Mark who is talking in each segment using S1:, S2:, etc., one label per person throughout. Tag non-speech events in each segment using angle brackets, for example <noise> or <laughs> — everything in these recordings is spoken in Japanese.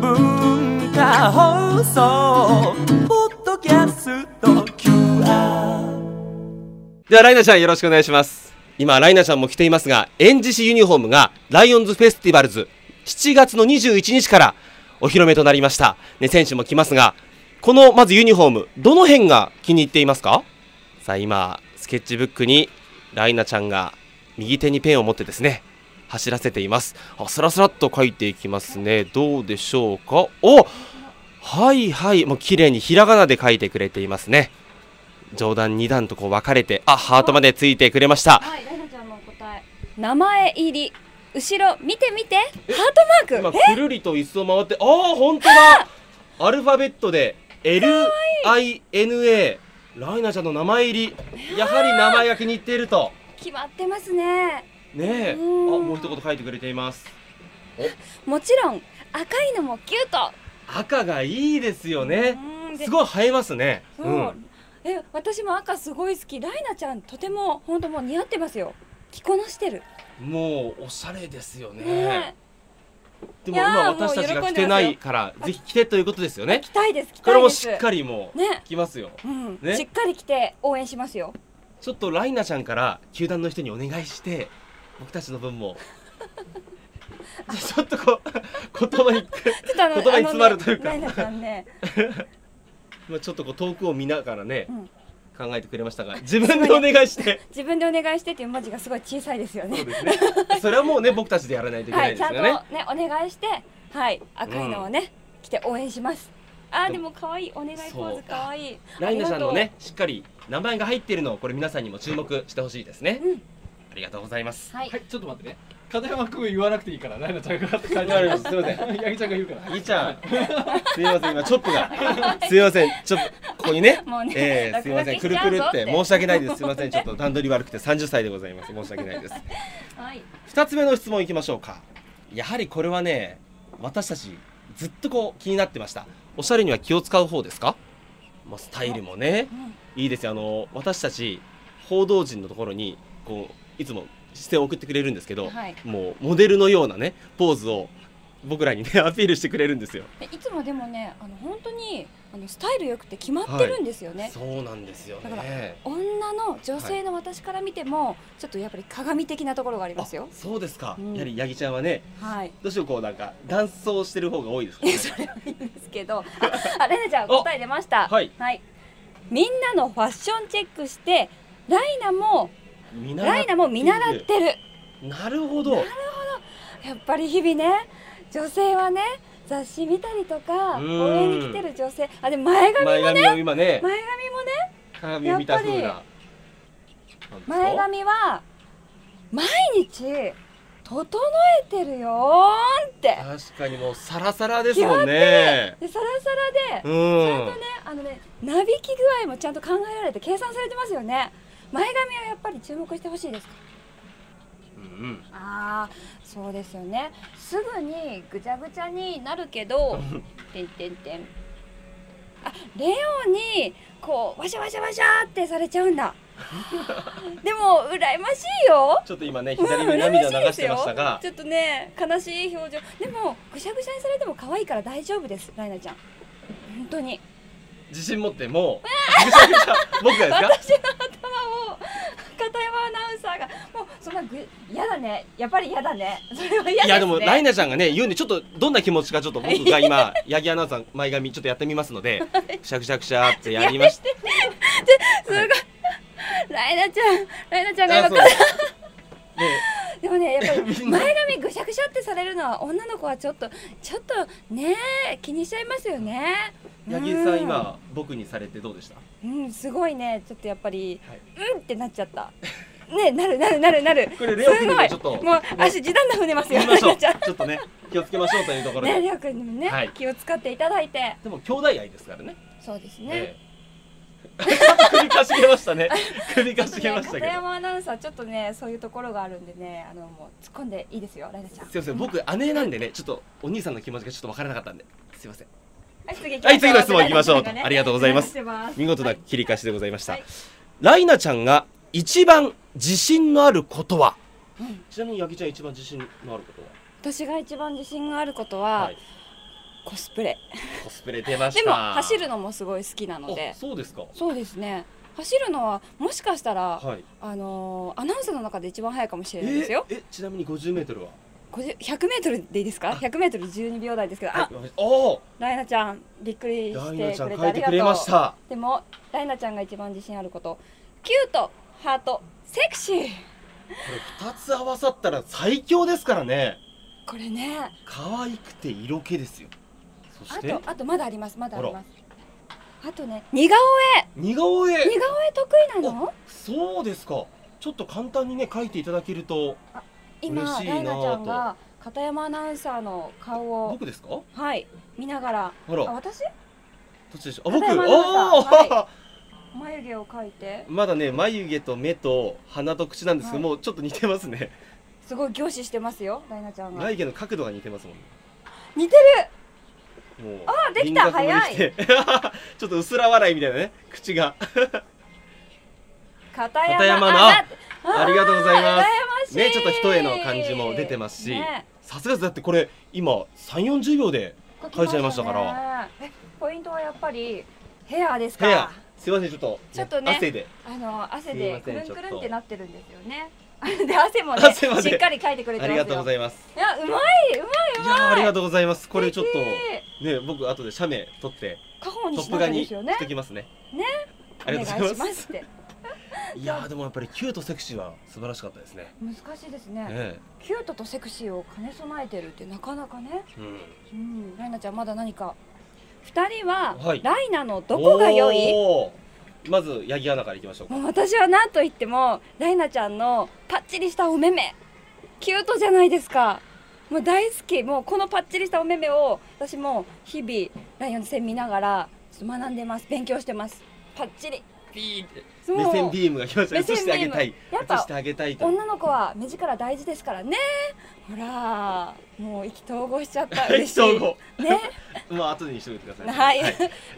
S1: 文化放送ポッドキャスト QR
S2: ではライナちゃんよろしくお願いします今ライナちゃんも着ていますが演じ師ユニフォームがライオンズフェスティバルズ7月の21日からお披露目となりました、ね、選手も来ますがこのまずユニフォームどの辺が気に入っていますかさあ今スケッチブックにライナちゃんが右手にペンを持ってですね走らせていますあスラスラっと書いていきますねどうでしょうかおはいはいもう綺麗にひらがなで書いてくれていますね上段2段とこう分かれてあハートまでついてくれました
S3: はい、ライナちゃんの答え。名前入り。後ろ見て見て。ハートマ
S2: 今
S3: ーク。
S2: くるりと椅子を回ってああ本当だアルファベットで LINA ライナちゃんの名前入りやはり名前が気に入っていると
S3: 決まってますね。
S2: ねえあ
S3: うん
S2: もう一言書いてくれています
S3: もちろん赤いのもキュート。
S2: 赤がいいですよね
S3: うんです
S2: ごい映えますね
S3: そう。え、私も赤すごい好き。ライナちゃんとても本当もう似合ってますよ。着こなしてる。
S2: もうおしゃれですよね
S3: ね
S2: で
S3: い
S2: も
S3: やー
S2: 今私たちが着てないからぜひ着てということですよ
S3: え。
S2: ね
S3: 着たいです着
S2: これ
S3: たい
S2: も
S3: で
S2: し
S3: す。
S2: っかりもう
S3: ね。
S2: 着ますよ
S3: うん、
S2: ね
S3: しっかり着て応援しますよ。
S2: ちょっとライナちゃんから球団の人にお願いして僕たちの分も <laughs> じゃあちょっとこう <laughs> 言葉に
S3: ちょっとあの
S2: 言葉に
S3: あのね
S2: 詰まるというか
S3: ライナちゃんね。
S2: まあちょっとこう遠くを見ながらね、
S3: うん
S2: 考えてくれましたが自分でお願いして
S3: 自分でお願いしてっていう文字がすごい小さいですよ
S2: そう
S3: ね。
S2: ですねそれはもうね僕たちでやらないといけ
S3: は
S2: ない
S3: い、
S2: で
S3: ち
S2: す
S3: ゃん
S2: よ
S3: と
S2: ね、
S3: ねお願いして、はい、赤いのをね、着て応援します。あーでも可愛いお願いポー
S2: そう
S3: ズ可愛い
S2: ライナちゃんの
S3: あり
S2: ねしっかり名前が入っているのをこれ皆さんにも注目してほしいですね、
S3: うん
S2: ありがとうございます
S3: はい
S4: はい、ちょっと待ってね。片山君言わなくていいから、ライナちゃんが <laughs> って書いて
S2: わかりましたすいません
S4: 八木ちゃんが言うから。
S2: いいちゃんすいません今チョップがすいませんちょっとここにね
S3: もうね
S2: えー、
S3: 落
S2: すいません
S3: 書
S2: く
S3: きし
S2: る
S3: ちゃ
S2: く
S3: うぞ
S2: る
S3: っ
S2: ってて申し訳ないですすいませんちょっと段取り悪くて30歳でございます申し訳ないです
S3: はい
S2: 2つ目の質問いきましょうかやはりこれはね私たちずっとこう気になってましたおしゃれには気を使う方ですか、まあ、スタイルもね
S3: うん
S2: いいですよあの私たち報道陣のところにこういつも視線を送ってくれるんですけど、
S3: はい
S2: もうモデルのようなねポーズを僕らにねアピールしてくれるんですよ、
S3: えいつもでもねあの本当にあのスタイル良くて決まってるんですよね、
S2: そうなんですよ
S3: だから
S2: ね
S3: 女の女性の私から見ても、ちょっとやっぱり鏡的なところがありますよ
S2: あそうですか、
S3: うん
S2: やはり八木ちゃんはね
S3: はい
S2: どうしようこうなんか男装してる方が多いですからね
S3: いいですけどああレナちゃん答え出ました
S2: はい
S3: みんなのファッションチェックしてライナも
S2: 見習っ
S3: <laughs> ライナも見習ってる
S2: なるほど
S3: やっぱり日々ね女性はね雑誌見たりとか
S2: うん
S3: 応援に来てる女性あでも前髪
S2: 前髪を今ね
S3: 前髪もね
S2: 鏡を見た風ななんで
S3: 前
S2: すか
S3: 髪は毎日整えてるよーんって
S2: 確かにもうサラサラですもんね
S3: でサラサラで、
S2: う
S3: ね
S2: ん
S3: あのねなびき具合もちゃんと考えられて計算されてますよね前髪はやっぱり注目してほしいですか
S2: うん
S3: ああそうですよねすぐにぐちゃぐちゃになる
S2: <laughs>
S3: けどてんてんてんあレオにこうわしゃわしゃわしゃってされちゃう
S2: <laughs>
S3: んだでも羨ましいよ
S2: ちょっと今ね左目涙流してましたが
S3: ちょっとね悲しい表情でもぐしゃぐしゃにされても可愛いから大丈夫ですライナちゃん本当に
S2: 自信持ってもうぐちゃぐちゃ僕がですか
S3: 私の頭を片山アナウンサーがもうそんなぐ嫌だねやっぱり嫌だねそれは嫌ですね
S2: いやでもライナちゃんがね言うんでちょっとどんな気持ちかちょっ <laughs> と僕が今八木アナウンさん前髪ちょっとやってみますの <laughs> でくしゃくしゃくしゃってやりました
S3: すごい、ライナちゃんライナちゃんが
S2: あ
S3: 今
S2: そう
S3: か
S2: ね
S3: でもねやっ
S2: <laughs>
S3: ぱ
S2: み
S3: り
S2: んな
S3: 前髪ぐしゃぐしゃってされるのは女の子はちょっとちょっとね気にしちゃいますよね
S2: 八木さん今僕にされてどうでした
S3: うんうんすごいねちょっとやっぱり、
S2: はい
S3: うんってなっちゃった <laughs> ねなるなるなるなる
S2: これレオ君にもちょっと
S3: すごいもう足時短だ踏んでますよ
S2: 言いましょ
S3: ラ
S2: <laughs> う
S3: イナ
S2: ち
S3: ちゃん
S2: ょっとね気をつけましょうというところ
S3: ね
S2: で
S3: レオ君にもね、
S2: はい
S3: 気を使っていただいて
S2: でも兄弟愛ですからね
S3: そうですね、
S2: え <laughs> えちょっと首かしげました <laughs> ね。首かしげましたけど
S3: 片。山アナウンサーちょっとねそういうところがあるんでねあのもう突っ込んでいいですよライナちゃん
S2: すいません、僕姉なんでね、ちょっとお兄さんの気持ちがちょっと分からなかったんで。すいません。
S3: はい次行きま
S2: は
S3: しょう
S2: い、次の質問いきましょう。
S3: ライナちんがね
S2: ありがとうございます。
S3: お願いします
S2: 見事な切り返しでございました。
S3: はい
S2: ライナちゃんが一番自信のあることは、
S3: ん
S2: ちなみに八木ちゃん一番自信のあることは
S3: 私が一番自信があることは、
S2: はい
S3: コスプレ
S2: コスプレ出ました
S3: でも走るのもすごい好きなので
S2: あそうですか
S3: そうですね走るのはもしかしたら、
S2: はい
S3: あのーアナウンサーの中で一番速いかもしれないですよ、
S2: ええちなみに 50m は
S3: 50 100m でいいですか 100m12 秒台ですけどあ
S2: あお
S3: ライナちゃんびっくり
S2: ラ
S3: し
S2: イ
S3: て
S2: ナちゃ
S3: く
S2: ん
S3: れて
S2: 書
S3: あ
S2: いて
S3: り
S2: くれ
S3: が
S2: ま
S3: と
S2: し
S3: う
S2: た
S3: でもライナちゃんが一番自信あることキュートハートセクシー
S2: これ2つ合わさったら最強ですからね
S3: これね
S2: 可愛くて色気ですよそし
S3: あ
S2: て
S3: とあとまだありますまだあり
S2: あ
S3: ま
S2: ら
S3: すあとね似顔
S2: 似顔
S3: 絵似
S2: 絵
S3: 顔絵得意なの
S2: そうですかちょっと簡単にね書いていただけると
S3: 今
S2: 嬉しいな
S3: ライナちゃん
S2: と
S3: が片山アナウンサーの顔を
S2: 僕ですか
S3: はい見ながら
S2: ほ
S3: あ
S2: らど
S3: 私
S2: っちでしょうあ僕
S3: ただいまだ
S2: ああ
S3: 眉毛を描いて
S2: <laughs> まだね眉毛と目と鼻と口なんですけど
S3: はい
S2: もうちょっと似てますね
S3: すごい凝視してますよライナちゃんが
S2: 眉毛の角度が似てますもんね
S3: 似てる
S2: もう
S3: あできた
S2: 輪郭もできて <laughs> ちょっと薄ら笑いみたいなね口が
S3: 片
S2: 片山
S3: 山ア
S2: の
S3: ナ
S2: ありがとうございます
S3: す
S2: ねちょっと一重の感じも出てますしさすがですだってこれ今3 4 0秒で書いちゃいましたから
S3: えポイントはやっぱりヘアです
S2: 部屋
S3: か
S2: すいませんちょっと
S3: ちょっとね
S2: 汗で
S3: あの汗
S2: すい
S3: で
S2: ま
S3: く
S2: せん
S3: るん
S2: ちょっと
S3: くるんってなってるんですよね <laughs> で汗もね
S2: 汗まで
S3: しっかりかいてくれて
S2: あ
S3: ますよ
S2: りがとうござ
S3: い
S2: います
S3: やうまいうまい
S2: いやーありがとうございますこれちょっ
S3: 素
S2: とね僕後で写メ撮って
S3: 過保に
S2: トッ
S3: しな
S2: プ
S3: き
S2: ガ
S3: ゃ
S2: ンに
S3: ですよね
S2: しときますね
S3: ね
S2: ありがとうござい
S3: お願
S2: ま
S3: いし
S2: す
S3: ますって
S2: いやーでもやっぱりキュートセクシーは素晴らしかったですね
S3: 難しいですね
S2: ね
S3: キュートとセクシーを兼ね備えてるってなかなかね
S2: うん
S3: うんライナちゃんまだ何か二人は、
S2: はい
S3: ライナのどこが良い
S2: おーまず八木アナからいきましょうか
S3: もう私は何と言ってもライナちゃんのパッチリしたお目目キュートじゃないですかもう大好きもうこのパッチリしたお目目を私も日々ライオンズ戦見ながらちょっと学んでます勉強してますパッチリ
S2: ピーって
S3: そう
S2: 目線ビームが来ました映
S3: 目線
S2: してあげたい
S3: ビームやっぱ
S2: 映してあげたいと
S3: 女の子は目力大事ですからねほらもう意気投合しちゃった
S2: <laughs>
S3: 嬉しい
S2: 相互
S3: ね
S2: まあ後でにしておいてください
S3: はい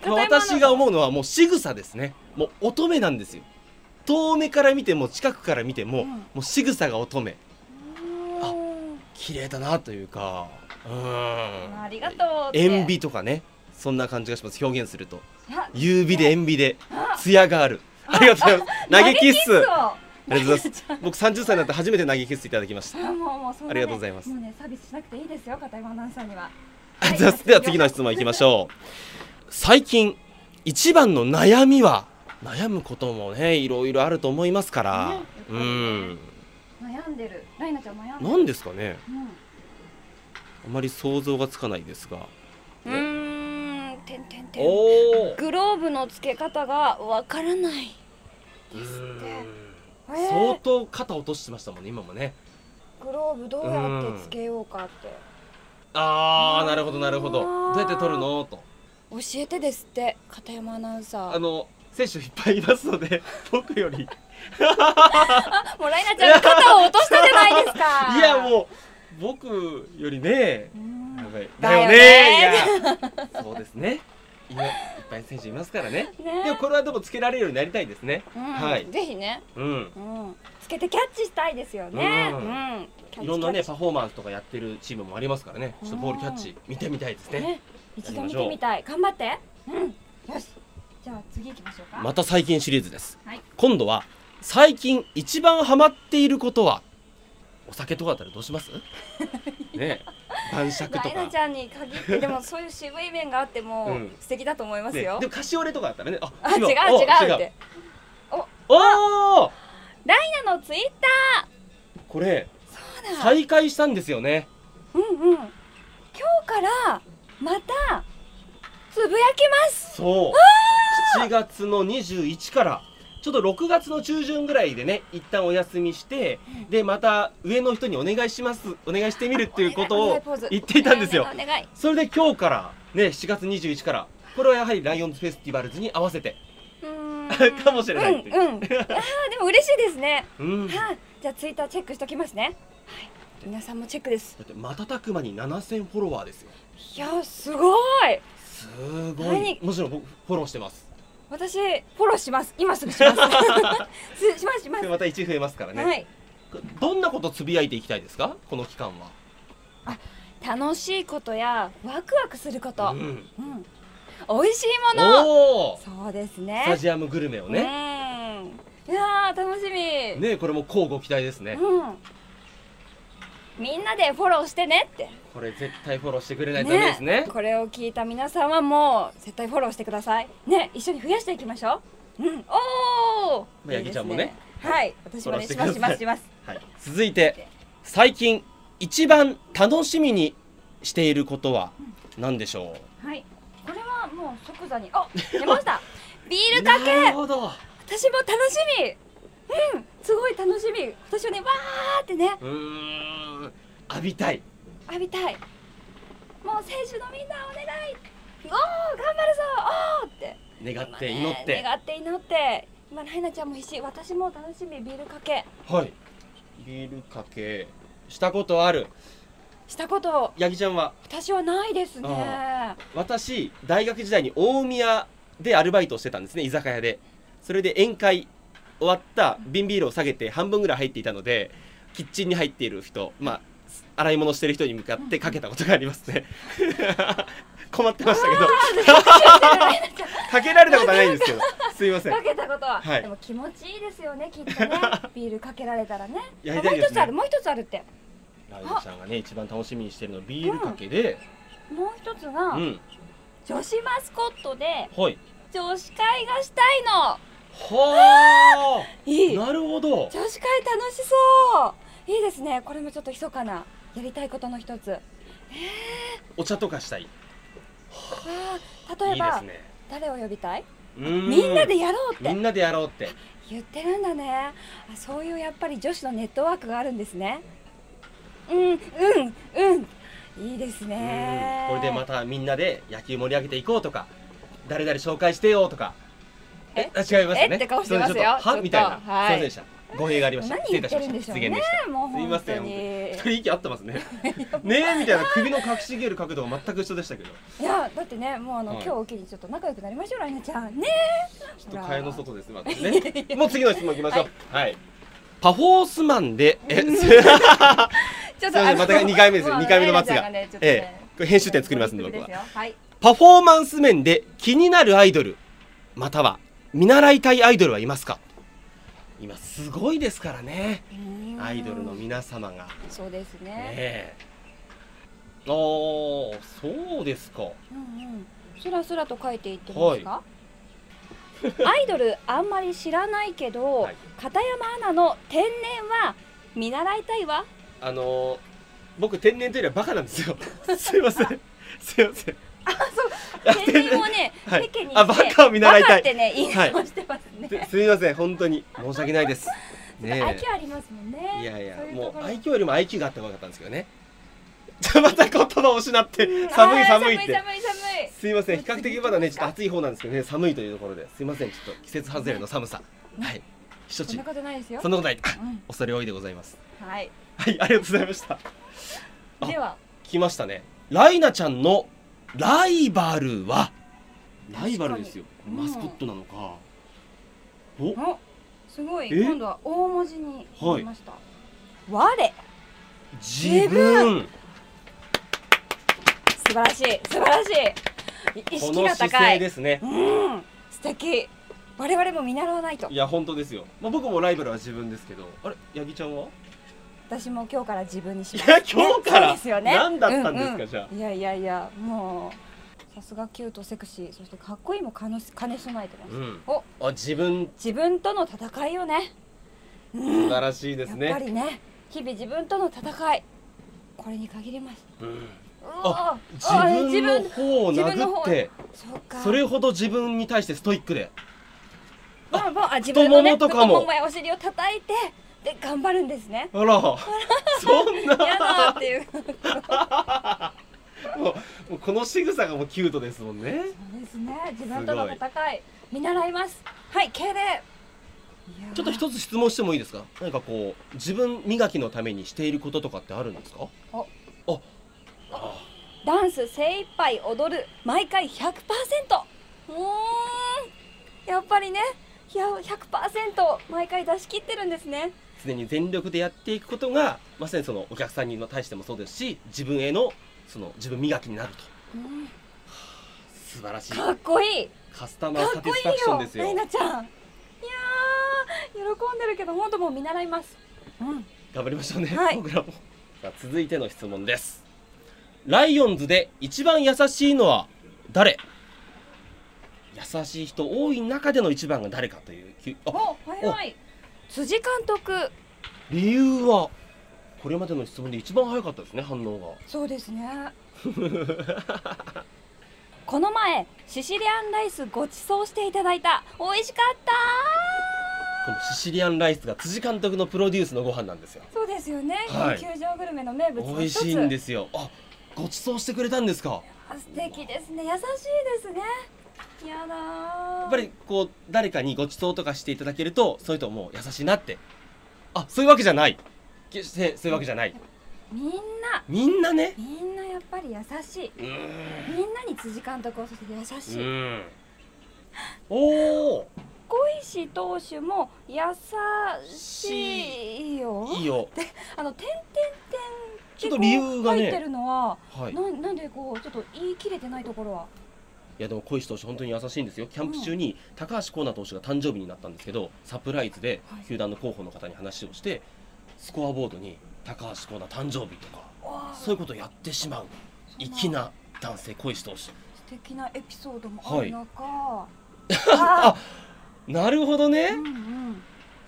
S3: <laughs>
S2: まあ、
S3: 片山の
S2: 私が思うのはもう仕草ですねもう乙女なんですよ遠目から見ても近くから見ても、
S3: うん
S2: もう仕草が乙女あ
S3: うん
S2: 綺麗だなというかうーん
S3: ありがとうって
S2: 塩ビとかねそんな感じがします表現すると
S3: いや
S2: 優美で塩ビで艶があるありがとうござい
S3: <laughs>
S2: ます投げキッス
S3: を
S2: ありがと
S3: <laughs>
S2: うございます僕30歳になって初めて投げキッスいただきました
S3: あもうもうそんな
S2: あり
S3: ね
S2: がとうございます
S3: もうねサービスしなくていいですよ片山アナウンサー
S2: <laughs>
S3: には
S2: ありがとうございますでは次の質問いきましょう最近一番の悩みは悩むこともねいろいろあると思いますから、
S3: ねやっぱ
S2: う
S3: りね
S2: ん
S3: 悩んでるライナちゃん悩んでる
S2: 何ですかね
S3: うん
S2: あまり想像がつかないですが
S3: うーんてんてんてん
S2: お
S3: グローブの付け方がわからないですってえー
S2: 相当肩落としてましたもんね今もね
S3: グローブどうやって付けようかって
S2: ああなるほどなるほど
S3: あ
S2: ど
S3: ー
S2: うやって取るのと
S3: 教えてですって片山アナウンサ
S2: あ
S3: ー
S2: の選手いっぱいいますので <laughs> 僕より
S3: もうライナちゃん肩を落としたじゃないです
S2: <laughs>
S3: か
S2: いやもう僕よりね
S3: うん
S2: やばい
S3: だよね
S2: い
S3: <laughs>
S2: やそうですね今いっぱい選手いますからね
S3: ね
S2: でもこれはでもつけられるようになりたいですね
S3: うん
S2: はい
S3: ぜひね
S2: うん
S3: うんつけてキャッチしたいですよね
S2: う
S3: うんん
S2: いろんなね
S3: キャッチ
S2: パフォーマンスとかやってるチームもありますからねちょっとボールキャッチ見てみたいです
S3: キャッチ
S2: ね
S3: ね一度見てみたい頑張ってうんよしじゃあ次行きましょうか
S2: また最近シリーズです、
S3: はい
S2: 今度は最近一番ハマっていることはお酒とかだったらどうし
S3: <laughs>
S2: ますねえ晩酌と
S3: ライナ
S2: か
S3: ちゃんに限ってでもそういう渋い面があって
S2: う
S3: も
S2: ん
S3: 素敵だと思います
S2: ね
S3: よ、
S2: でもカシオレとかだったらねあ
S3: あ違う違う
S2: お
S3: って
S2: 違うおー
S3: ライナのツイッ
S2: これ
S3: ターだ、
S2: 再開したんですよね
S3: うんうん今日からまたつぶやきます
S2: そう7月の21からちょっと6月の中旬ぐらいでね一旦お休みしてでまた上の人にお願いしますお願いしてみるっていうこと
S3: お願
S2: を
S3: いポーズ
S2: 言っていたんですよ
S3: お願いお願い
S2: それで今日からね7月21からこれはやはりライオンズフェスティバルズに合わせて、
S3: うー
S2: <laughs>
S3: ん
S2: かもしれないっていう
S3: うんうんあーでも嬉しいですね
S2: うん、だ
S3: はい、じゃあツイッターチェックしときますね。はい、皆さんもチェックです。
S2: って瞬く間に7000フォロワーですよ
S3: いや、すごい。
S2: すごい、
S3: 何
S2: もちろん僕フォローしてます
S3: 私フォローします。今す <laughs> ぐします。すしますします
S2: で。また1増えますからね、
S3: はい。
S2: どんなことつぶやいていきたいですかこの期間は
S3: あ楽しいことやワクワクするこ
S2: う
S3: と、
S2: ん
S3: うん、美味しいもの
S2: おお
S3: そうです
S2: スタ
S3: ね
S2: ジアムグルメをね
S3: うんいやー楽しみ、
S2: ねこれも乞うご期待ですね
S3: うんみんなでフォローしてねって
S2: これ絶対フォローしてくれないとダメですね
S3: これを聞いた皆さんはもう絶対フォローしてくださいね一緒に増やしていきましょううんお
S2: ま
S3: お
S2: あヤギちゃんもね
S3: はい私もね
S2: フォ
S3: し
S2: ロー
S3: ます
S2: して
S3: し
S2: くだ
S3: ま
S2: さい
S3: すします
S2: はい、続いて最近一番楽しみにしていることは何でしょ
S3: はいこれはもう即座にあ出ました
S2: <laughs>
S3: ビー
S2: う
S3: ルかけ
S2: なるほど、
S3: 私も楽しみうんすごい楽しみ私はねわーってね
S2: うーん浴びたい
S3: 浴びたいもう選手のみんなお願いおー頑張るぞおーって
S2: 願って祈って、
S3: 願って祈って今ライナちゃんも必死私も楽しみビールかけ
S2: はいビールかけしたことある
S3: したこと
S2: ヤギちゃんは
S3: 私はないですね
S2: あ私大学時代に大宮でアルバイトをしてたんですね居酒屋でそれで宴会終わった瓶ビールを下げて半分ぐらい入っていたのでキッチンに入っている人まあ洗い物してる人に向かってかけたことがありますね <laughs> 困ってましたけどかけられたことはないんですけどすいません
S3: かけたこと
S2: <laughs>
S3: は、
S2: はい
S3: でも気持ちいいですよねき
S2: <laughs>
S3: っとねビールかけられたらね
S2: やり
S3: あ
S2: た
S3: もう
S2: いで
S3: 一
S2: すね
S3: つあるもう一つあるって
S2: ライドちゃんがね一番楽しみにしてるのはビールかけで
S3: もう一つ
S2: う
S3: が、
S2: ん
S3: 女子マスコットで
S2: はい
S3: 女子会がしたいの
S2: はあ
S3: いい女
S2: なるほど
S3: 子会楽しそういいですねこれもちょっと密かなやりたいことの一つあ
S2: お茶とかしたいいい
S3: ー例え
S2: で
S3: ば
S2: すね
S3: 誰を呼びたいみ
S2: み
S3: んなでやろうっ
S2: み
S3: て
S2: んなでやろうって
S3: 言ってるんだねあそういうやっぱり女子のネットワークがあるんですねうんうんうんいいですね
S2: うんこれでまたみんなで野球盛り上げていこうとか誰々紹介してよとか
S3: え
S2: あ違いますよね
S3: えって顔してますよ
S2: すいせんちょっと
S3: ちょっ
S2: は
S3: と
S2: みたいな、すいま
S3: はい
S2: せんでした語弊がありました
S3: 何
S2: 失礼い
S3: 言
S2: た
S3: っ
S2: してま
S3: る
S2: した
S3: んでし
S2: 失
S3: ょうね
S2: 言でした
S3: もう
S2: すいま
S3: 本当
S2: せん
S3: に
S2: 本当に息合って
S3: <laughs>
S2: ますねねえみたいな首の隠しげる角度が全く一緒でしたけどち
S3: いやだってねもうあの、
S2: はい
S3: 今日を機にちょっと仲良くなりましょうライナちゃんね
S2: ょっと
S3: ほら
S2: 蚊帳の外ですねまずね
S3: <laughs>
S2: もう次の質問いきましょうはい、パフォースマンで
S3: <laughs>
S2: え
S3: ちょっ
S2: すいませんまた二回目ですよ
S3: もう
S2: 二回目の松が
S3: ライナちゃんねちょっとね
S2: ええこれ編集点作りますんで僕は
S3: すよはい
S2: パフォーマンス面で気になるアイドルまたは見習いたいアイドルはいますか今すごいですからねアイドルの皆様が
S3: そうですね
S2: ねえあーそうですか
S3: うんうんスラスラと書いていってますか、アイドルあんまり知らないけど、
S2: はい
S3: 片山アナの天然は見習いたいわ
S2: あのー僕天然というよりはバカなん
S3: <laughs>
S2: ですよすいませんすいませんあそう
S3: <laughs> 天然をね、
S2: はい
S3: 世間に
S2: あバカを見習いたい
S3: バカってね、言い直してますね、
S2: すいません本当に申し訳ないです
S3: 愛
S2: ね
S3: 嬌ありますもんね
S2: えいやいや
S3: そいう
S2: も
S3: とこ
S2: う
S3: ろ
S2: 愛嬌よりも IQ があった方が良かったんですけどねまた言葉を失って
S3: うん
S2: 寒い
S3: あー
S2: 寒いって
S3: 寒い寒い
S2: すいません、比較的まだね、ちょっと暑い方なんですけどね、寒いというところで、すいません、ちょっと季節外れの寒さ。はい、避暑
S3: そん
S2: 地
S3: な、ことないですよ
S2: そんなことない、あ
S3: うん
S2: 恐れ多いでございます。
S3: はい
S2: はい、ありがとうございました。あ
S3: では
S2: 来ましたね、ライナちゃんのライバルは。ライバルですよ、
S3: うん
S2: マスコットなのか。お、
S3: おすごい
S2: え
S3: 今度は大文字になりました、我
S2: 自
S3: 自
S2: 分
S3: 分。素晴らしい素晴らしいい意
S2: こ
S3: 識
S2: の
S3: が
S2: 姿
S3: 高
S2: 勢
S3: い
S2: ですね
S3: う。ん素敵我々も見習わないと
S2: いや、本当ですよ。まあ、僕もライバルは自分ですけど、あれ、ヤギちゃんは。
S3: 私も今日から自分にし
S2: い
S3: ます、
S2: や、今日か
S3: そう
S2: ら
S3: ですよ。ね
S2: 何だったんです
S3: うんう
S2: か、じゃあ。
S3: んいやいやいやもうさすがキュートセクシーそしてかっこいいも兼ね兼ね備えてます、
S2: うん
S3: お
S2: あ、自分、
S3: 自分との戦いよね
S2: 素晴らしいです
S3: やっ
S2: ね。
S3: ぱりね日々自分との戦いこれに限ります
S2: うん
S3: うわ
S2: あ
S3: あ
S2: 自分の
S3: 自
S2: 方を
S3: 自分の
S2: 殴っ
S3: 方
S2: て
S3: そうか
S2: それほど自分に対してストイックで
S3: まあまああ自分のね
S2: 太ももとかも
S3: 太やお尻を叩いてで頑張るんですね
S2: あら <laughs> そんな
S3: 嫌だっていう
S2: もうもうこの仕草がもうキュートですもんね
S3: そうですね自分との戦い見習いますはい敬礼いやー
S2: ちょっと一つ質問してもいいですか何かこう自分磨きのためにしていることとかってあるんですか
S3: お
S2: あ
S3: ダンス精一杯踊る毎回100%うーんやっぱりねいや100%毎回出し切ってるんですね
S2: 常に全力でやっていくことがまさにそのお客さんに対してもそうですし自分へのその自分磨きになると
S3: うん
S2: 素晴らしい
S3: かっこいい
S2: カスタマー
S3: かっ
S2: サティ
S3: こい
S2: スファクションです
S3: いよ
S2: よ
S3: ライナちゃんいやー喜んでるけど本当もう見習いますうん
S2: 頑張りましょうね、
S3: はい
S2: 僕らもさあ続いての質問ですライオンズで一番優しいのは誰優しい人多い中での一番が誰かというきゅあ
S3: お早い辻監督
S2: 理由はこれまでの質問で一番早かったですね反応が
S3: そうですね <laughs> この前シシリアンライスごちそうしていただいた美味しかった
S2: このシシリアンライスが辻監督のプロデュースのご飯なんですよ
S3: そうですよね、
S2: はい
S3: 球場グルメの名物の一つ
S2: 美味しいんですよあごちそうしてくれたんですか
S3: あ素敵ですね優しいですねいやだー
S2: やっぱりこう誰かにごちそうとかしていただけるとそういう人もう優しいなってあそういうわけじゃない決してそういうわけじゃない
S3: みんな
S2: みんなね
S3: みんなやっぱり優しいう
S2: ー
S3: みんなに辻監督をそして優しい、
S2: んおお
S3: 小石投手も優しいよ
S2: いいよ
S3: あの点々
S2: ちょっ
S3: 点
S2: と
S3: 々
S2: 理
S3: で
S2: 由が
S3: 書いて
S2: ね
S3: るのは、
S2: はいい
S3: ななんでこうちょっと言い切れてないところは
S2: やでも小石投手本当に優しいんですよキャンプ中に高橋光成投手が誕生日になったんですけどサプライズで
S3: はい
S2: 球団の候補の方に話をしてスコアボードに高橋光成誕生日とか
S3: わあ
S2: そういうことをやってしまう
S3: そん
S2: 粋な男性小石投手
S3: 素敵なエピソードもある中、
S2: あ
S3: あ
S2: なるほどね、
S3: ーうんうん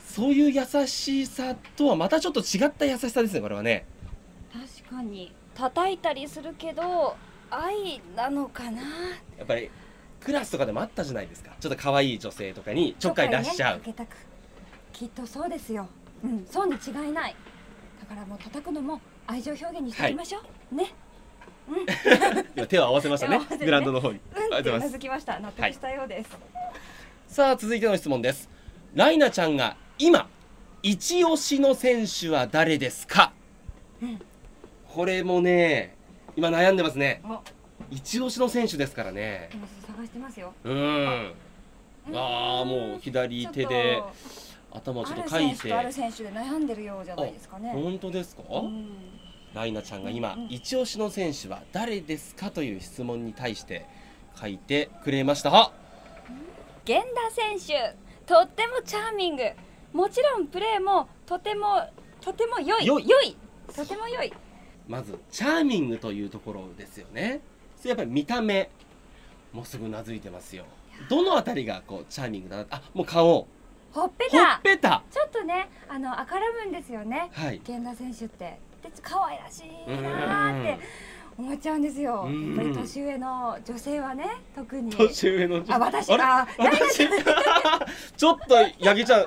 S2: そういう優しさとはまたちょっと違った優しさですねこれはね
S3: 確かに叩いたりするけど愛なのかな
S2: やっぱりクラスとかでもあったじゃないですかちょっと可愛い女性とかにちょっかい出しちゃう、
S3: ちょっかいねかけたくきっとそうですようんそうに違いないだからもう叩くのも愛情表現にしていきましょう、ね
S2: <laughs> 今手を合わせましたね
S3: 手を合わせてね
S2: グラウンドの方に
S3: うん
S2: あ
S3: っ
S2: りがと
S3: て
S2: うご
S3: う
S2: ざ
S3: ない
S2: ま
S3: ず
S2: す
S3: きました納得したようです、
S2: さあ続いての質問ですライナちゃんが今一押しの選手は誰ですか、
S3: うん
S2: これもね今悩んでますね
S3: お
S2: 一押しの選手ですからね
S3: 今探してますよ
S2: うんああもう左手で頭をちょっと書いて
S3: ある選手とある選手で悩んでるようじゃないですかね。
S2: 本当ですか、
S3: うん
S2: ライナちゃんが今、
S3: うんうん
S2: 一押しの選手は誰ですかという質問に対して書いてくれましたあ
S3: 源田選手、とってもチャーミング。もちろんプレーもとてもとても良い。
S2: 良い
S3: とても良い。
S2: まずチャーミングというところですよねそれやっぱり見た目もうすぐうなずいてますよどのあたりがこうチャーミングだなあもう顔
S3: ほっぺ
S2: ほ
S3: た
S2: っ。ぺた
S3: ちょっとね、あの明るむんですよね。
S2: はい
S3: 源田選手って。で可愛らし
S2: う
S3: いなー
S2: ー
S3: っ
S2: ん
S3: て思っちゃうんですよ。
S2: うん
S3: やっぱり年上の女性はね、特に。
S2: 年上の女
S3: あ、私
S2: れ
S3: が。ライナ
S2: 私 <laughs> ちょっと八木ちゃん
S3: <laughs>
S2: え、まあ、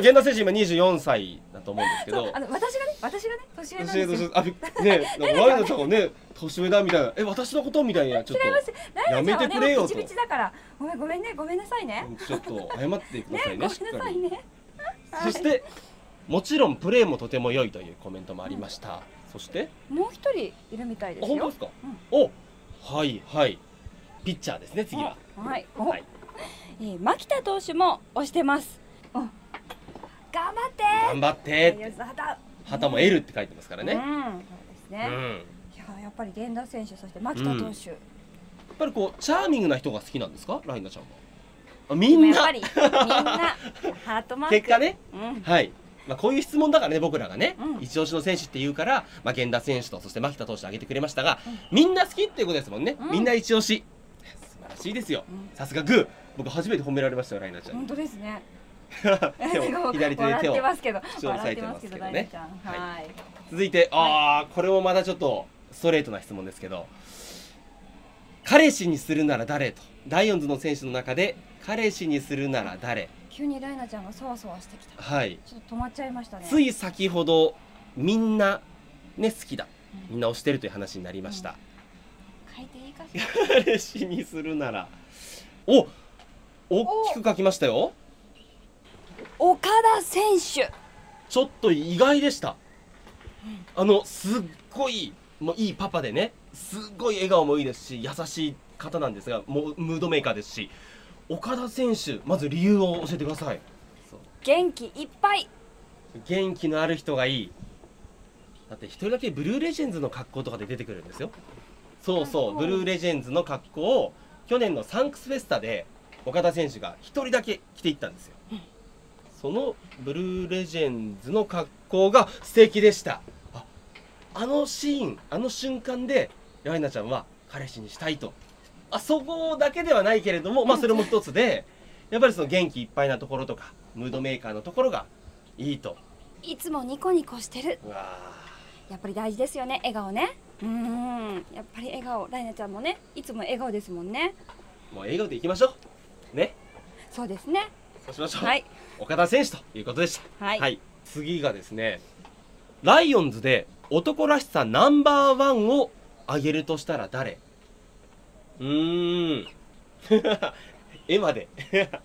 S2: 源田選手今24歳だと思うんですけ
S3: そ
S2: ど
S3: うあの私がね、私がね、年上なん
S2: 年
S3: で
S2: 上
S3: すよ
S2: 年上。
S3: <laughs>
S2: あびっねえなんかワイドさんがね年上だみたいなえ私のことみたいなちょっ
S3: 違います。ライナちゃんは
S2: やめてく
S3: ね、
S2: れ
S3: も
S2: よ
S3: う
S2: と
S3: ピチピチだから。ごめんごめんね、ごめんなさいね。
S2: とちょっと謝ってくださいね
S3: ご
S2: し
S3: め
S2: っ
S3: んな
S2: か
S3: さい
S2: り
S3: ね。
S2: そしてもちろんプレーもとても良いというコメントもありましたそして
S3: もう一人いるみたい
S2: あ
S3: です
S2: 本当
S3: よ
S2: です。か
S3: うん
S2: おはいはいピッチャーですね次は
S3: はい。お
S2: はい
S3: えー牧田投手も押してます。お頑張って
S2: 頑張ってっ
S3: いや
S2: て
S3: 旗
S2: 旗も L って書いてますから
S3: うん。そ
S2: ね
S3: うです
S2: うん
S3: ね。
S2: や
S3: いややっぱり源田選手そして牧田投手。
S2: っぱりこうチャーミングな人が好きなんですかライナちゃんはあみん
S3: やっ
S2: な
S3: ぱりみんなハートマーク。
S2: <laughs> 結果ね
S3: うん。
S2: はい、まあ、こういう質問だからね、僕らがね、
S3: うん
S2: 一押しの選手って言うから、まあ、源田選手と、そして牧田投手挙げてくれましたが、みんな好きっていうことですもんね、
S3: うん
S2: みんな一押し、素晴らしいですよ、
S3: うん
S2: さすがグー、僕、初めて褒められましたよ、ライナちゃん
S3: 本。当ですね。
S2: <laughs>
S3: <laughs>
S2: 手を左手で手
S3: 笑って
S2: を
S3: ますけど、
S2: 口を押さ
S3: 笑
S2: え
S3: ってて
S2: ま
S3: ますす
S2: け
S3: け
S2: ど
S3: ど
S2: ね
S3: ライナちゃん。
S2: はい
S3: はい。
S2: 続いて、あー、これもまたちょっとストレートな質問ですけど、彼氏にするなら誰と、ライオンズの選手の中で、彼氏にするなら誰、
S3: 急にライナちゃんがそわそわしてきた。
S2: はい、
S3: ちょっと止まっちゃいましたね。
S2: つい先ほど、みんな、ね、好きだ、
S3: うん
S2: みんな推してるという話になりました。
S3: 書いていいかしら。
S2: 彼氏にするならお大きく書きましたよ
S3: 岡田選手。
S2: ちょっと意外でしたあのすっごいもういいパパでねすっごい笑顔もいいですし優しい方なんですがもうムードメーカーですし岡田選手まず理由を教えてください
S3: 元気いっぱい。
S2: 元気のある人がいいだって一人だけブルーレジェンズの格好とかで出てくるんですよそうそうブルーレジェンズの格好を去年のサンクスフェスタで岡田選手が一人だけ着ていったんですよそのブルーレジェンズの格好が素敵でしたああのシーンあの瞬間でライナちゃんは彼氏にしたいとあそこだけではないけれどもまあそれも一つでやっぱりその元気いっぱいなところとかムードメーカーのところがいいと
S3: いつもニコニコしてる
S2: うわ
S3: やっぱり大事ですよね笑顔ねうーんやっぱり笑顔ライナちゃんもねいつも笑顔ですもんね
S2: ーもう笑顔でいきましょうね
S3: そうですね
S2: そうしましょう、
S3: はい
S2: 岡田選手ということでした
S3: はい、
S2: 次がですねライオンズで男らしさナンバーワンを挙げるとしたら誰うーん <laughs> 絵まで <laughs>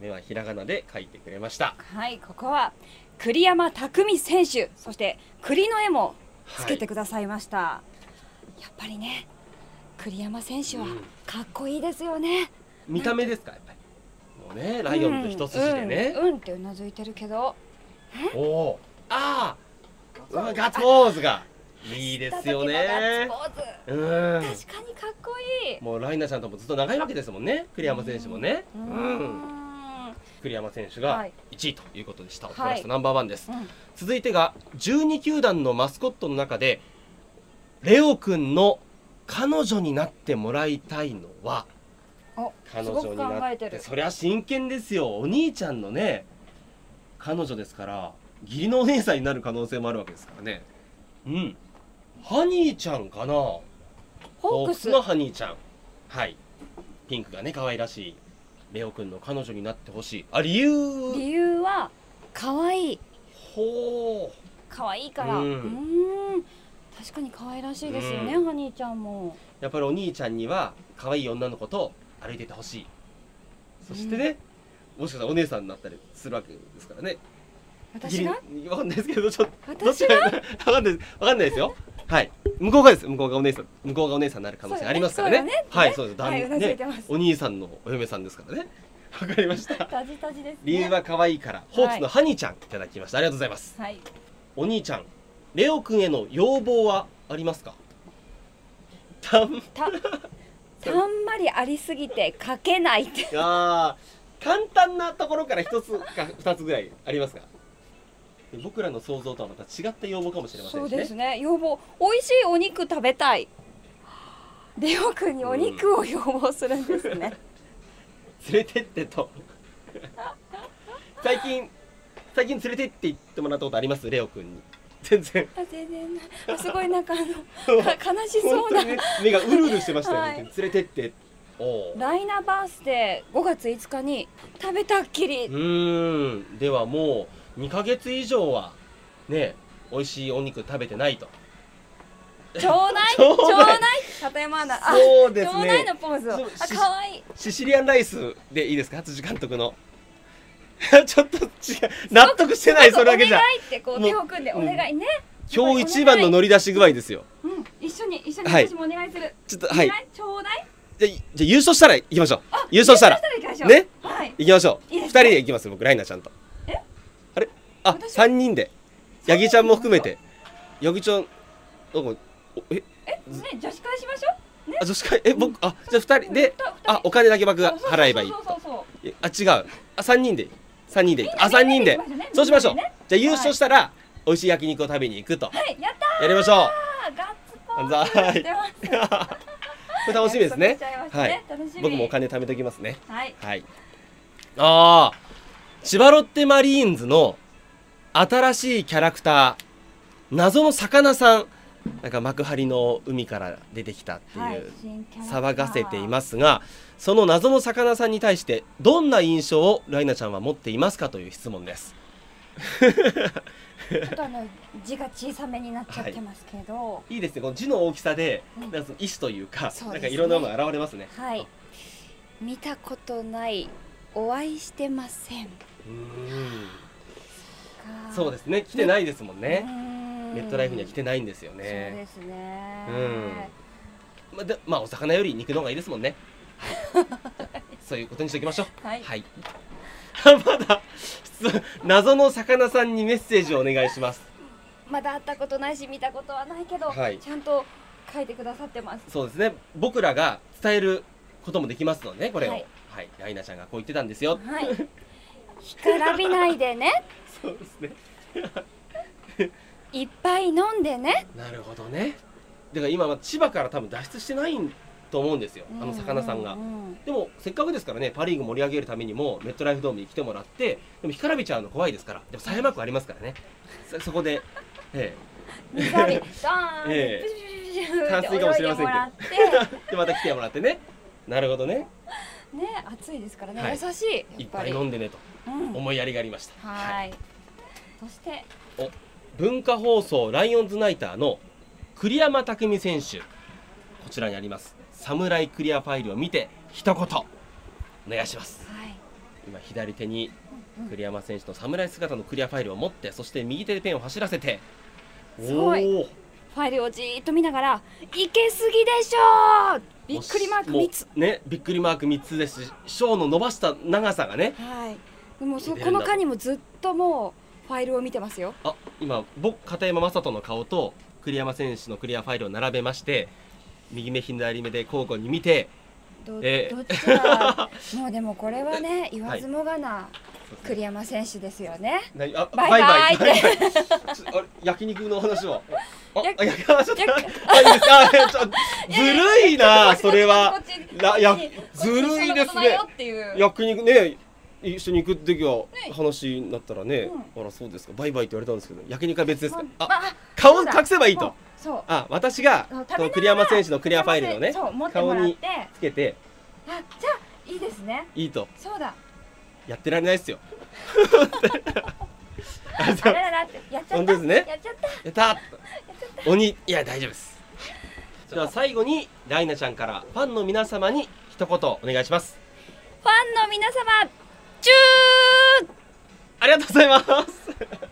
S2: 目はひらがなで書いてくれました
S3: はい、ここは栗山巧選手そして栗の絵もつけてくださいました、やっぱりね栗山選手は
S2: うん
S3: かっこいいですよね、
S2: 見た目ですかやっぱりもうねライオンズ一筋でね、
S3: うん、うんうんってうなずいてるけど
S2: おおああうわガッツポーズがいいですよね
S3: ガッツポー
S2: うん
S3: ズ確かにかっこいい
S2: もうライナちゃんともずっと長いわけですもんね栗山選手もね
S3: う
S2: うん
S3: ん
S2: 栗山選手
S3: は
S2: が
S3: い
S2: 1位ということでした、
S3: はい
S2: 男らしさナンバーワンです、
S3: うん
S2: 続いてが12球団のマスコットの中でレオくんの彼女になってもらいたいのは
S3: お
S2: 彼
S3: すご
S2: 女
S3: く
S2: に
S3: 考
S2: な
S3: え
S2: って
S3: てる
S2: そりゃ真剣ですよお兄ちゃんのね彼女ですから義理のお姉さんになる可能性もあるわけですからねうんハニーちゃんかな
S3: ホークス
S2: のハニーちゃんはいピンクがね可愛らしいレオくんの彼女になってほしいあ理由
S3: 理由は可愛い
S2: ほ
S3: 可愛いから
S2: う
S3: うんん確かに可愛らしいですよね、
S2: う
S3: ハニーちゃんも
S2: うやっぱりお兄ちゃんには可愛い女の子と歩いててほしいそしてね、もしかしたらお姉さんになったりするわけですからね
S3: 私が
S2: ギリわかんないですけどちょっとどっ
S3: 私
S2: ち
S3: が
S2: がわかんないですわかんないですよはい向こうがです向こうがお姉さん向こうがお姉さんになる可能性ありますからね
S3: そうだね
S2: はいそうですだん
S3: はい、うなずいてます
S2: お兄さんのお嫁さんですからねわかりました
S3: タジタジですね
S2: 理由は可愛いから、ホークスのハニーちゃんいただきましたありがとうございます
S3: はい
S2: お兄ちゃんレオくんへの要望はありますかたん
S3: たたんまりありすぎて書けないって
S2: あー簡単なところから一つ <laughs> か二つぐらいありますか僕らの想像とはまた違った要望かもしれませ
S3: そ
S2: ん
S3: う
S2: しね
S3: ですね要望美味しいお肉食べたいレオ君にお肉を要望するんですね、
S2: 連れてってと <laughs> 最近最近連れてって行ってもらったことありますレオくんに全然
S3: あ全然ないあすごいなんかあのか悲しそ
S2: 本
S3: う
S2: 当
S3: な
S2: にね目がうるうるしてましたよね、
S3: はい
S2: 連れてっておお
S3: ライナバースデー5月5日に食べたっきり
S2: うーんではもう2ヶ月以上はね美味しいお肉食べてないと
S3: ちょうだ
S2: <laughs>
S3: い
S2: ちょうだい
S3: 片山アナあ
S2: そうですね
S3: ちょうだいのポーズをあ
S2: そうし
S3: 可愛いい
S2: シシリアンライスでいいですか辻監督の <laughs> ちょっと違う納得してないそれだけじゃ
S3: お願いってこう手を組んで
S2: も
S3: お
S2: う
S3: 願いね
S2: 今日一番の乗り出し具合ですよ
S3: うん一緒に一緒に
S2: はい
S3: 私もお願いする
S2: ちょっと
S3: お
S2: は
S3: 願
S2: い
S3: いちょうだい
S2: じゃあじゃあ優勝したら行きましょう優勝したら
S3: 優勝行きましょう
S2: ね
S3: はい
S2: 行きましょう
S3: いい
S2: 二
S3: です
S2: 人
S3: ね
S2: で行きます僕ライナちゃんと
S3: え
S2: あれあ
S3: 私
S2: 三人でヤギちゃんも含めてヤギちゃんなんかおえ
S3: えね女子会しましょうね
S2: あ女子会え僕あじゃあ二人で
S3: 二人
S2: あお金だけ僕が払えばいい
S3: そうそうそう
S2: いやあ違うあ三人で三人であ三人で
S3: みんなで
S2: そ
S3: 行きましょうね
S2: うしましょう
S3: みんなでね
S2: じゃあ優勝したら美味しい焼肉を食べに行くと
S3: はいやった
S2: やりましょ
S3: ーガッツポ
S2: う <laughs>
S3: ー
S2: ざ
S3: ズ
S2: ーい
S3: 出ます
S2: これ楽しみですね
S3: 約束しちゃいましたね
S2: はい
S3: 楽しみ
S2: 僕もお金貯めときますね
S3: はい
S2: はいああ千葉ロッテマリーンズの新しいキャラクター謎の魚さんなんか幕張の海から出てきたっていう、
S3: はい新キャラクター
S2: 騒がせていますがその謎の魚さんに対してどんな印象をライナちゃんは持っていますかという質問です
S3: ちょっとあの字が小さめになっちゃってますけど
S2: いいですねこの字の大きさで
S3: うん
S2: なんかその意思というか、
S3: そう
S2: な
S3: で
S2: ん
S3: す
S2: か
S3: ね
S2: いろんなものが現れますね
S3: はい見たことないお会いしてません
S2: うーん
S3: か
S2: そう
S3: で
S2: ですね来てないですもん
S3: う
S2: ね、
S3: ん
S2: ネットライフには来てないんですよ
S3: そうで
S2: ね
S3: すね
S2: うんまあでまあお魚より肉の方がいいですもんね <laughs> そういうことにしておきましょう
S3: はい
S2: はい、まだ <laughs> そう謎の魚さんにメッセージをお願いします
S3: まだ会ったことないし見たことはないけど、
S2: はい
S3: ちゃんと書いてくださってます
S2: そうですね僕らが伝えることもできますのでねこれをは
S3: はいい、
S2: ライナちゃんがこう言ってたんですよ
S3: はい
S2: <laughs>
S3: 干からびないでね
S2: そうですね
S3: いっぱい飲んでね
S2: なるほどねだから今は千葉から多分脱出してないと思うんですよあの魚さんが、
S3: うう
S2: でもせっかくですからねパ・リーグ盛り上げるためにもメットライフドームに来てもらってでも干からびちゃうの怖いですからでも狭山区ありますからねそそこで、え
S3: うん
S2: <laughs>
S3: 水浴びドーン、
S2: ええ
S3: プシュプシュプシ <laughs> ュプシュ
S2: 淡水かもしれませんけど
S3: って泳いでもらっ
S2: え <laughs> でまた来てもらってねなるほどね
S3: てね暑いですからね、
S2: はい
S3: 優しい
S2: い
S3: や
S2: っ
S3: っぱ
S2: ぱい
S3: り
S2: 飲んでねと
S3: うん
S2: 思いやりがありました、
S3: はいそして
S2: 文化放送ライオンズナイターの栗山匠選手こちらにありますサムライクリアファイルを見て一言お願いします
S3: はい
S2: 今左手に栗山選手の侍姿のクリアファイルを持ってそして右手でペンを走らせて
S3: すごい
S2: おー
S3: ファイルをじーっと見ながら「いけすぎでしょう!」びっくりマーク
S2: もう
S3: 3つ
S2: ねびっくりマーク3つですしショーの伸ばした長さがね
S3: はいでもそ
S2: 入れる
S3: こ
S2: んだ
S3: の間にもずっともうファイルを見てますよ
S2: あ今僕片山正人の顔と栗山選手のクリアファイルを並べまして右目左目で交互に見て
S3: ど,、
S2: ええ
S3: どっちがもうでもこれはね言わずもがな
S2: 栗
S3: 栗山選手ですよね
S2: なあ
S3: バイバイ <laughs>
S2: イバイちょあれ焼肉の話はあ
S3: や
S2: あ焼きあちょっと
S3: や
S2: あいいですかあちょっとずるいなそれは
S3: こっちこっち
S2: らや
S3: こっちこっち
S2: ずるいで
S3: そ
S2: す
S3: んなことない
S2: ね
S3: よっていう
S2: 焼肉ね一緒に行く時は話になったらね、あらそうですかバイバイって言われたんですけど焼肉は別ですか、
S3: ま
S2: あ、
S3: ま
S2: 顔
S3: そうだ
S2: 隠せばいい
S3: も
S2: と
S3: うそう
S2: あ私が
S3: そう食べながら
S2: この栗山選手のクリアファイルをね
S3: そう持っても
S2: 顔
S3: らって
S2: につけて
S3: あじゃあいいですね
S2: いいと
S3: そうだ
S2: やってられないですよあ
S3: あ
S2: そう
S3: らららってやっちゃ
S2: 本
S3: っ
S2: 当
S3: た
S2: ですね
S3: やっちゃった
S2: やった鬼いや大丈夫ですじゃあ最後にライナちゃんからファンの皆様に一言お願いします
S3: ファンの皆様チュー
S2: ありがとうございます